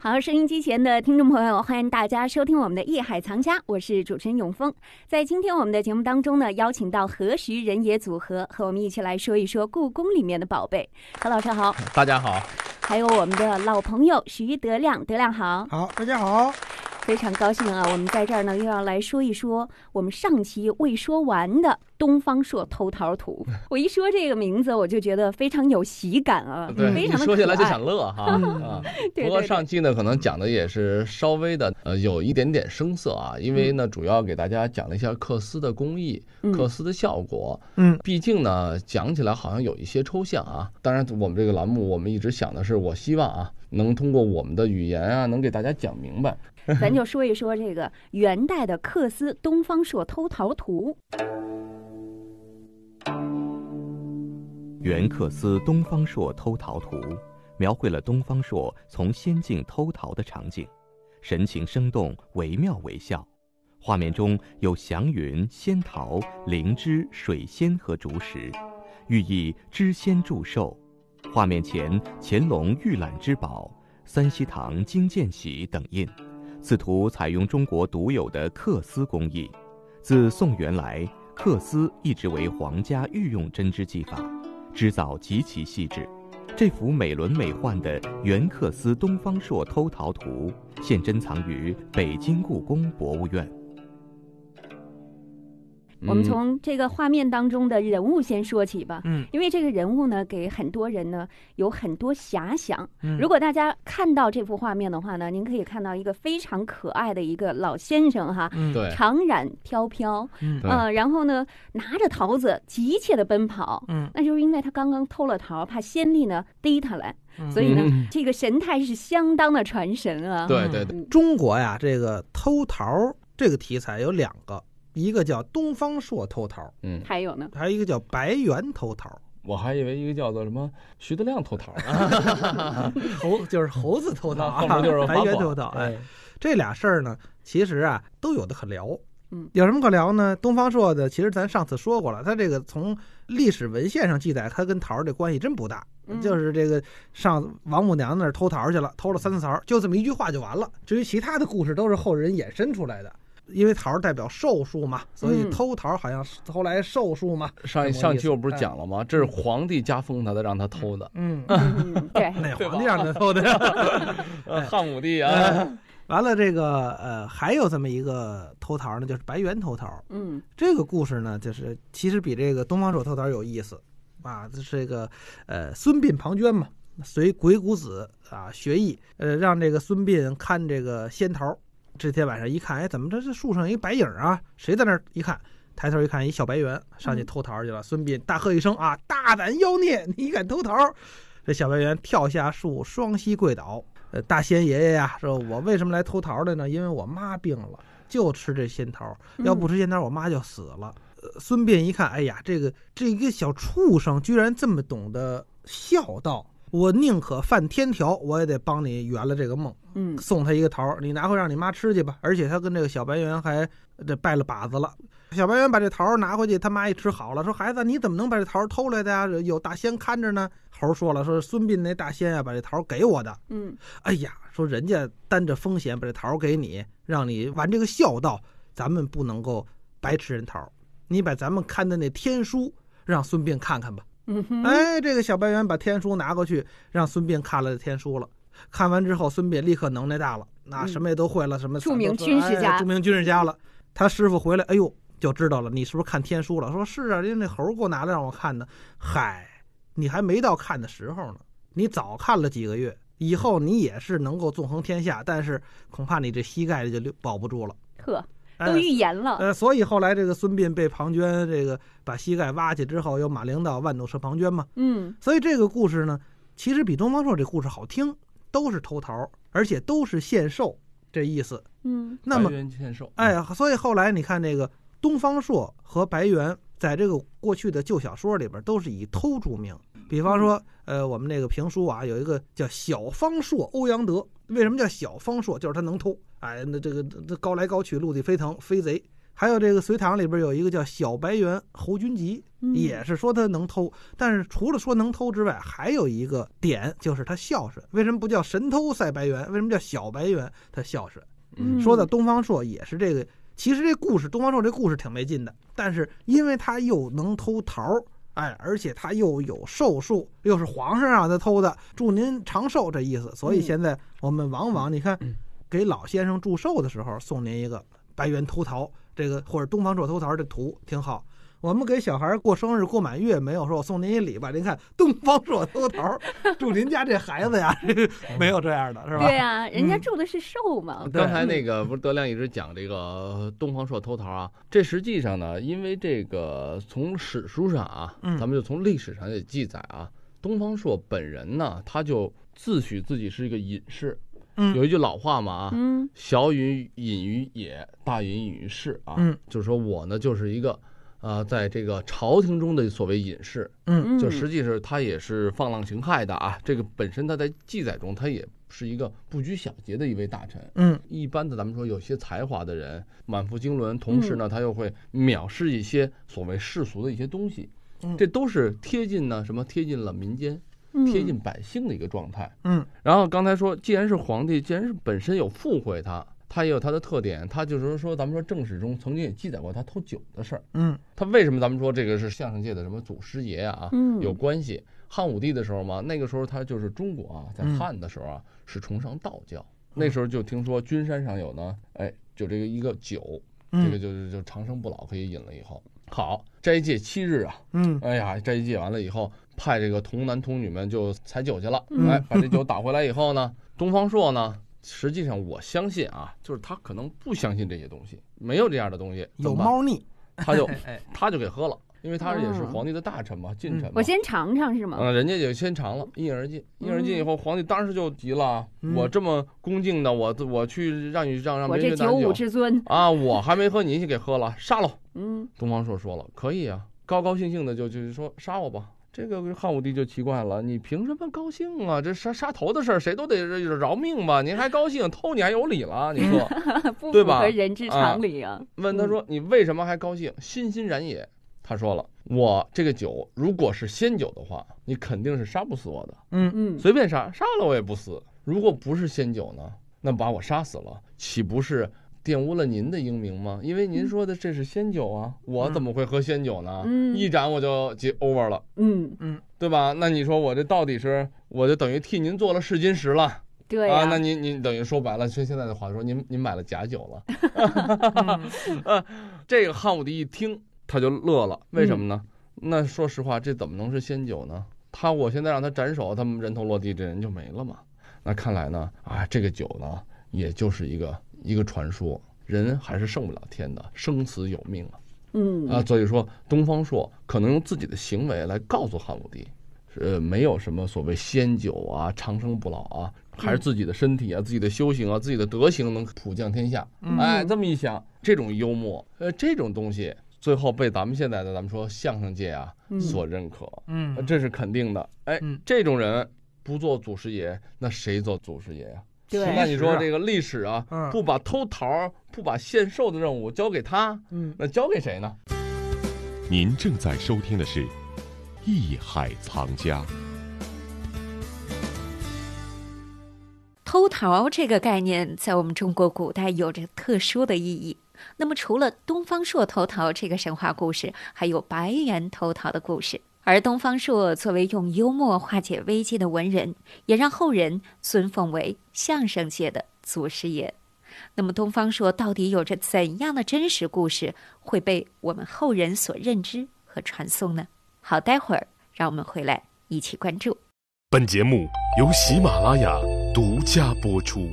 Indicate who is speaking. Speaker 1: 好，收音机前的听众朋友，欢迎大家收听我们的《艺海藏家》，我是主持人永峰。在今天我们的节目当中呢，邀请到何时人也组合和我们一起来说一说故宫里面的宝贝。何老师好，
Speaker 2: 大家好，
Speaker 1: 还有我们的老朋友徐德亮，德亮好。
Speaker 3: 好，大家好。
Speaker 1: 非常高兴啊！我们在这儿呢，又要来说一说我们上期未说完的东方朔偷桃 图。我一说这个名字，我就觉得非常有喜感啊，
Speaker 2: 对，
Speaker 1: 非
Speaker 2: 一
Speaker 1: 常的
Speaker 2: 说起来就
Speaker 1: 可爱
Speaker 2: 想 乐哈啊。
Speaker 1: 对
Speaker 2: 不过
Speaker 1: 对
Speaker 2: 上期呢，可能讲的也是稍微的呃有一点点生涩啊，因为呢主要给大家讲了一下缂丝的工艺、
Speaker 1: 嗯
Speaker 2: 缂丝的效果。
Speaker 3: 嗯
Speaker 2: 毕竟呢讲起来好像有一些抽象啊。当然，我们这个栏目我们一直想的是，我希望啊能通过我们的语言啊，能给大家讲明白。
Speaker 1: 对 咱就说一说这个元代的克斯东方朔偷桃图。
Speaker 4: 元克斯《东方朔偷桃图》描绘了东方朔从仙境偷桃的场景，神情生动，惟妙惟肖。画面中有祥云、仙桃、灵芝、水仙和竹石，寓意知仙祝寿。画面前乾隆御览之宝、三希堂金剑玺等印。此图采用中国独有的缂丝工艺，自宋元来，缂丝一直为皇家御用针织技法。织造极其细致。这幅美轮美奂的元克斯东方朔偷桃图，现珍藏于北京故宫博物院。
Speaker 1: 我们
Speaker 2: 嗯
Speaker 1: 从这个画面当中的人物先说起吧。
Speaker 3: 嗯
Speaker 1: 因为这个人物呢，给很多人呢有很多遐想。
Speaker 3: 嗯
Speaker 1: 如果大家看到这幅画面的话呢，您可以看到一个非常可爱的一个老先生哈，
Speaker 3: 嗯，
Speaker 2: 对
Speaker 1: 长髯飘飘，
Speaker 3: 嗯
Speaker 2: 对
Speaker 1: 呃，然后呢，拿着桃子急切地奔跑。
Speaker 3: 嗯
Speaker 1: 那就是因为他刚刚偷了桃，怕仙丽呢逮他来，
Speaker 3: 嗯
Speaker 1: 所以呢，
Speaker 2: 嗯
Speaker 1: 这个神态是相当的传神啊。
Speaker 2: 对对对，
Speaker 3: 中国呀，这个偷桃儿这个题材有两个，一个叫东方朔偷桃儿，
Speaker 2: 嗯，
Speaker 1: 还有 呢，
Speaker 3: 还有一个叫白猿偷桃儿，
Speaker 2: 我还以为一个叫做什么徐德亮偷桃呢，
Speaker 3: 猴就是猴子偷桃
Speaker 2: 那
Speaker 3: 啊，
Speaker 2: 后面就是
Speaker 3: 白
Speaker 2: 法
Speaker 3: 猿
Speaker 2: 宝
Speaker 3: 偷桃。哎，
Speaker 2: 哎
Speaker 3: 这俩事儿呢，其实啊都有的可聊。
Speaker 1: 嗯，
Speaker 3: 有什么可聊呢？东方朔的，其实咱上次说过了，他这个从历史文献上记载，他跟桃儿这关系真不大。
Speaker 1: 嗯
Speaker 3: 就是这个上王母娘娘那儿偷桃儿去了，偷了三次桃儿，就这么一句话就完了。至于其他的故事，都是后人衍生出来的。因为桃儿代表寿数嘛，所以
Speaker 1: 嗯
Speaker 3: 偷桃儿好像是后来寿 数嘛。
Speaker 2: 上一
Speaker 3: 这么个意思哎
Speaker 2: 上期我不是讲了吗？这是皇帝加封他的，让他偷的。
Speaker 3: 嗯，
Speaker 1: 嗯对，
Speaker 3: 哪
Speaker 2: 对吧
Speaker 3: 皇帝让他偷的？
Speaker 2: 呃，汉武帝啊，
Speaker 3: 呀？完了，这个呃，还有这么一个偷桃儿呢，就是白猿偷桃儿。
Speaker 1: 嗯
Speaker 3: 这个故事呢，就是其实比这个东方朔偷桃儿有意思啊。这是这个呃，孙膑庞涓嘛，随鬼谷子啊学艺，呃，让这个孙膑看这个仙桃儿。这天晚上一看，哎，怎么这这树上有一白影儿啊？谁在那儿？一看，抬头一看，一小白猿上去偷桃儿去了。孙膑大喝一声啊，大胆妖孽，你敢偷桃儿？这小白猿跳下树，双膝跪倒。呃，大仙爷爷呀、说我为什么来偷桃儿的呢？因为我妈病了，就吃这仙桃儿。要不吃仙桃，我妈就死了。呃孙膑一看，哎呀，这个这一个小畜生居然这么懂得孝道，我宁可犯天条，我也得帮你圆了这个梦。
Speaker 1: 嗯
Speaker 3: 送他一个桃儿，你拿回让你妈吃去吧。而且他跟这个小白猿还呃这拜了把子了。小白猿把这桃儿拿回去，他妈一吃好了，说孩子你怎么能把这桃儿偷来的呀？有大仙看着呢。猴儿说了，说孙膑那大仙啊把这桃儿给我的。
Speaker 1: 嗯
Speaker 3: 哎呀，说人家担着风险把这桃儿给你，让你玩这个孝道，咱们不能够白吃人桃儿。你把咱们看的那天书让孙膑看看吧。
Speaker 1: 嗯哼，
Speaker 3: 哎，这个小白猿把天书拿过去，让孙膑看了天书了。看完之后，孙膑立刻能耐大了，那、
Speaker 1: 嗯
Speaker 3: 什么也都会了，什么
Speaker 1: 著名军事家
Speaker 3: 哎著名军事家了。他师傅回来，哎呦，就知道了，你是不是看天书了？说是啊，人家那猴给我拿来让我看的。嗨，你还没到看的时候呢，你早看了几个月，以后你也是能够纵横天下，但是恐怕你这膝盖就留保不住了。
Speaker 1: 呵，
Speaker 3: 哎
Speaker 1: 都预言了，
Speaker 3: 呃，所以后来这个孙膑被庞涓这个把膝盖挖去之后，有马陵道万种射庞涓嘛，
Speaker 1: 嗯
Speaker 3: 所以这个故事呢，其实比东方朔这故事好听，都是偷桃儿，而且都是献寿这意思。
Speaker 1: 嗯
Speaker 3: 那么
Speaker 2: 白，猿献寿，
Speaker 3: 哎，所以后来你看这个东方朔和白猿，在这个过去的旧小说里边都是以偷著名。比方说，呃，我们那个评书啊，有一个叫小方朔欧阳德。为什么叫小方朔？就是他能偷，哎，那这个这高来高去，陆地飞腾，飞贼。还有这个隋唐里边有一个叫小白猿侯君集，
Speaker 1: 嗯
Speaker 3: 也是说他能偷，但是除了说能偷之外，还有一个点就是他孝顺。为什么不叫神偷赛白猿？为什么叫小白猿？他孝顺。
Speaker 1: 嗯
Speaker 3: 说的东方朔也是这个，其实这故事东方朔这故事挺没劲的，但是因为他又能偷桃儿，哎，而且他又有寿数，又是皇上让他偷的，祝您长寿这意思。所以
Speaker 1: 嗯
Speaker 3: 现在我们往往你看，给老先生祝寿的时候送您一个白猿偷桃这个或者东方朔偷桃这图挺好。我们给小孩过生日、过满月，没有说我送您一礼吧？您看东方朔偷桃， 祝您家这孩子呀，这个没有这样的是吧？
Speaker 1: 对啊，人家
Speaker 3: 嗯
Speaker 1: 住的是寿嘛。
Speaker 3: 对
Speaker 2: 啊刚才那个不是德亮一直讲这个东方朔偷桃啊，这实际上呢，因为这个从史书上啊，
Speaker 3: 嗯
Speaker 2: 咱们就从历史上也记载啊，东方朔本人呢，他就自诩自己是一个隐士，
Speaker 3: 嗯
Speaker 2: 有一句老话嘛啊，
Speaker 1: 嗯
Speaker 2: 小隐隐于野，大隐隐于市啊，
Speaker 3: 嗯
Speaker 2: 就是说我呢就是一个。呃，在这个朝廷中的所谓隐士，
Speaker 3: 嗯
Speaker 1: 嗯，
Speaker 2: 就实际是他也是放浪形骸的啊。这个本身他在记载中，他也是一个不拘小节的一位大臣。
Speaker 3: 嗯
Speaker 2: 一般的，咱们说有些才华的人满腹经纶，同时呢，
Speaker 3: 嗯
Speaker 2: 他又会藐视一些所谓世俗的一些东西
Speaker 3: 嗯，
Speaker 2: 这都是贴近呢什么贴近了民间、贴近百姓的一个状态。
Speaker 3: 嗯
Speaker 2: 然后刚才说，既然是皇帝，既然是本身有附会他，他也有他的特点，他就是说，咱们说正史中曾经也记载过他偷酒的事儿。
Speaker 3: 嗯
Speaker 2: 他为什么咱们说这个是相声界的什么祖师爷啊？
Speaker 1: 嗯
Speaker 2: 有关系。汉武帝的时候嘛，那个时候他就是中国啊，在
Speaker 3: 嗯
Speaker 2: 汉的时候啊、是崇尚道教，那时候就听说君山上有呢，哎，就这个一个酒，
Speaker 3: 嗯，
Speaker 2: 这个就是就长生不老可以饮了以后，好斋戒七日啊，
Speaker 3: 嗯
Speaker 2: 哎呀，斋戒完了以后，派这个童男童女们就采酒去了，
Speaker 1: 嗯
Speaker 2: 哎，把这酒打回来以后呢，东方朔呢。实际上，我相信啊，就是他可能不相信这些东西，没有这样的东西。
Speaker 3: 有
Speaker 2: 怎么办，
Speaker 3: 猫腻，
Speaker 2: 他就
Speaker 3: 哎哦哎，
Speaker 2: 他就给喝了，因为他也是
Speaker 1: 嗯
Speaker 2: 皇帝的大臣嘛，近臣嘛。
Speaker 3: 嗯
Speaker 1: 我先尝尝是吗？嗯
Speaker 2: 嗯，人家就先尝了，一饮而尽。一饮而尽以后，皇帝当时就急了：
Speaker 3: 嗯
Speaker 2: 我这么恭敬的，我我去让你让让
Speaker 1: 我
Speaker 2: 别
Speaker 1: 这
Speaker 2: 人去
Speaker 1: 九
Speaker 2: 拿
Speaker 1: 五之尊，
Speaker 2: 啊，我还没喝，你就给喝了，杀了。
Speaker 1: 嗯
Speaker 2: 东方朔说了：可以啊，高高兴兴的就就是说杀我吧。这个汉武帝就奇怪了，你凭什么高兴啊？这杀杀头的事儿，谁都得饶命吧？您还高兴，偷你还有理了？啊你 说，
Speaker 1: 不
Speaker 2: 对
Speaker 1: 符
Speaker 2: 吧
Speaker 1: 合人之常理啊。
Speaker 2: 问他说：“你为什么还高兴？欣欣然也。”他说了：“我这个酒如果是仙酒的话，你肯定是杀不死我的，
Speaker 3: 嗯
Speaker 1: 嗯，
Speaker 2: 随便杀，杀了我也不死。如果不是仙酒呢，那把我杀死了，岂不是玷污了您的英名吗？因为您说的这是仙酒啊，我怎么会喝仙酒呢？
Speaker 1: 嗯
Speaker 2: 一盏我就结 over 了，
Speaker 1: 嗯，
Speaker 2: 对吧？那你说我这到底是，我就等于替您做了试金石了。”
Speaker 1: 对
Speaker 2: 啊，
Speaker 1: 呀、
Speaker 2: 那您您等于说白了，说现在的话说，您您买了假酒了。 呃，这个汉武帝一听他就乐了，为什么呢？那说实话，这怎么能是仙酒呢？他我现在让他斩首，他们人头落地，这人就没了嘛。那看来呢，啊，这个酒呢，也就是一个一个传说，人还是胜不了天的，生死有命啊。
Speaker 1: 嗯
Speaker 2: 啊，所以说东方朔可能用自己的行为来告诉汉武帝，呃，没有什么所谓仙酒啊、长生不老啊，还是自己的身体啊、自己的修行啊、自己的德行能普降天下。
Speaker 3: 嗯
Speaker 1: 嗯
Speaker 2: 哎，这么一想，这种幽默，呃，这种东西，最后被咱们现在的咱们说相声界啊
Speaker 1: 嗯
Speaker 2: 所认可，呃
Speaker 3: 嗯，
Speaker 2: 这是肯定的。哎
Speaker 3: 嗯，
Speaker 2: 这种人不做祖师爷，那谁做祖师爷呀？
Speaker 1: 对
Speaker 2: 那你说这个历史啊
Speaker 3: 嗯，
Speaker 2: 不把偷桃儿、不把献寿的任务交给他，
Speaker 3: 嗯
Speaker 2: 那交给谁呢？
Speaker 5: 您正在收听的是《艺海藏家》。
Speaker 6: 偷桃这个概念在我们中国古代有着特殊的意义。那么，除了东方朔偷桃这个神话故事，还有白猿偷桃的故事。而东方朔作为用幽默化解危机的文人，也让后人尊奉为相声界的祖师爷。那么，东方朔到底有着怎样的真实故事会被我们后人所认知和传颂呢？好，待会儿让我们回来一起关注。
Speaker 5: 本节目由喜马拉雅独家播出。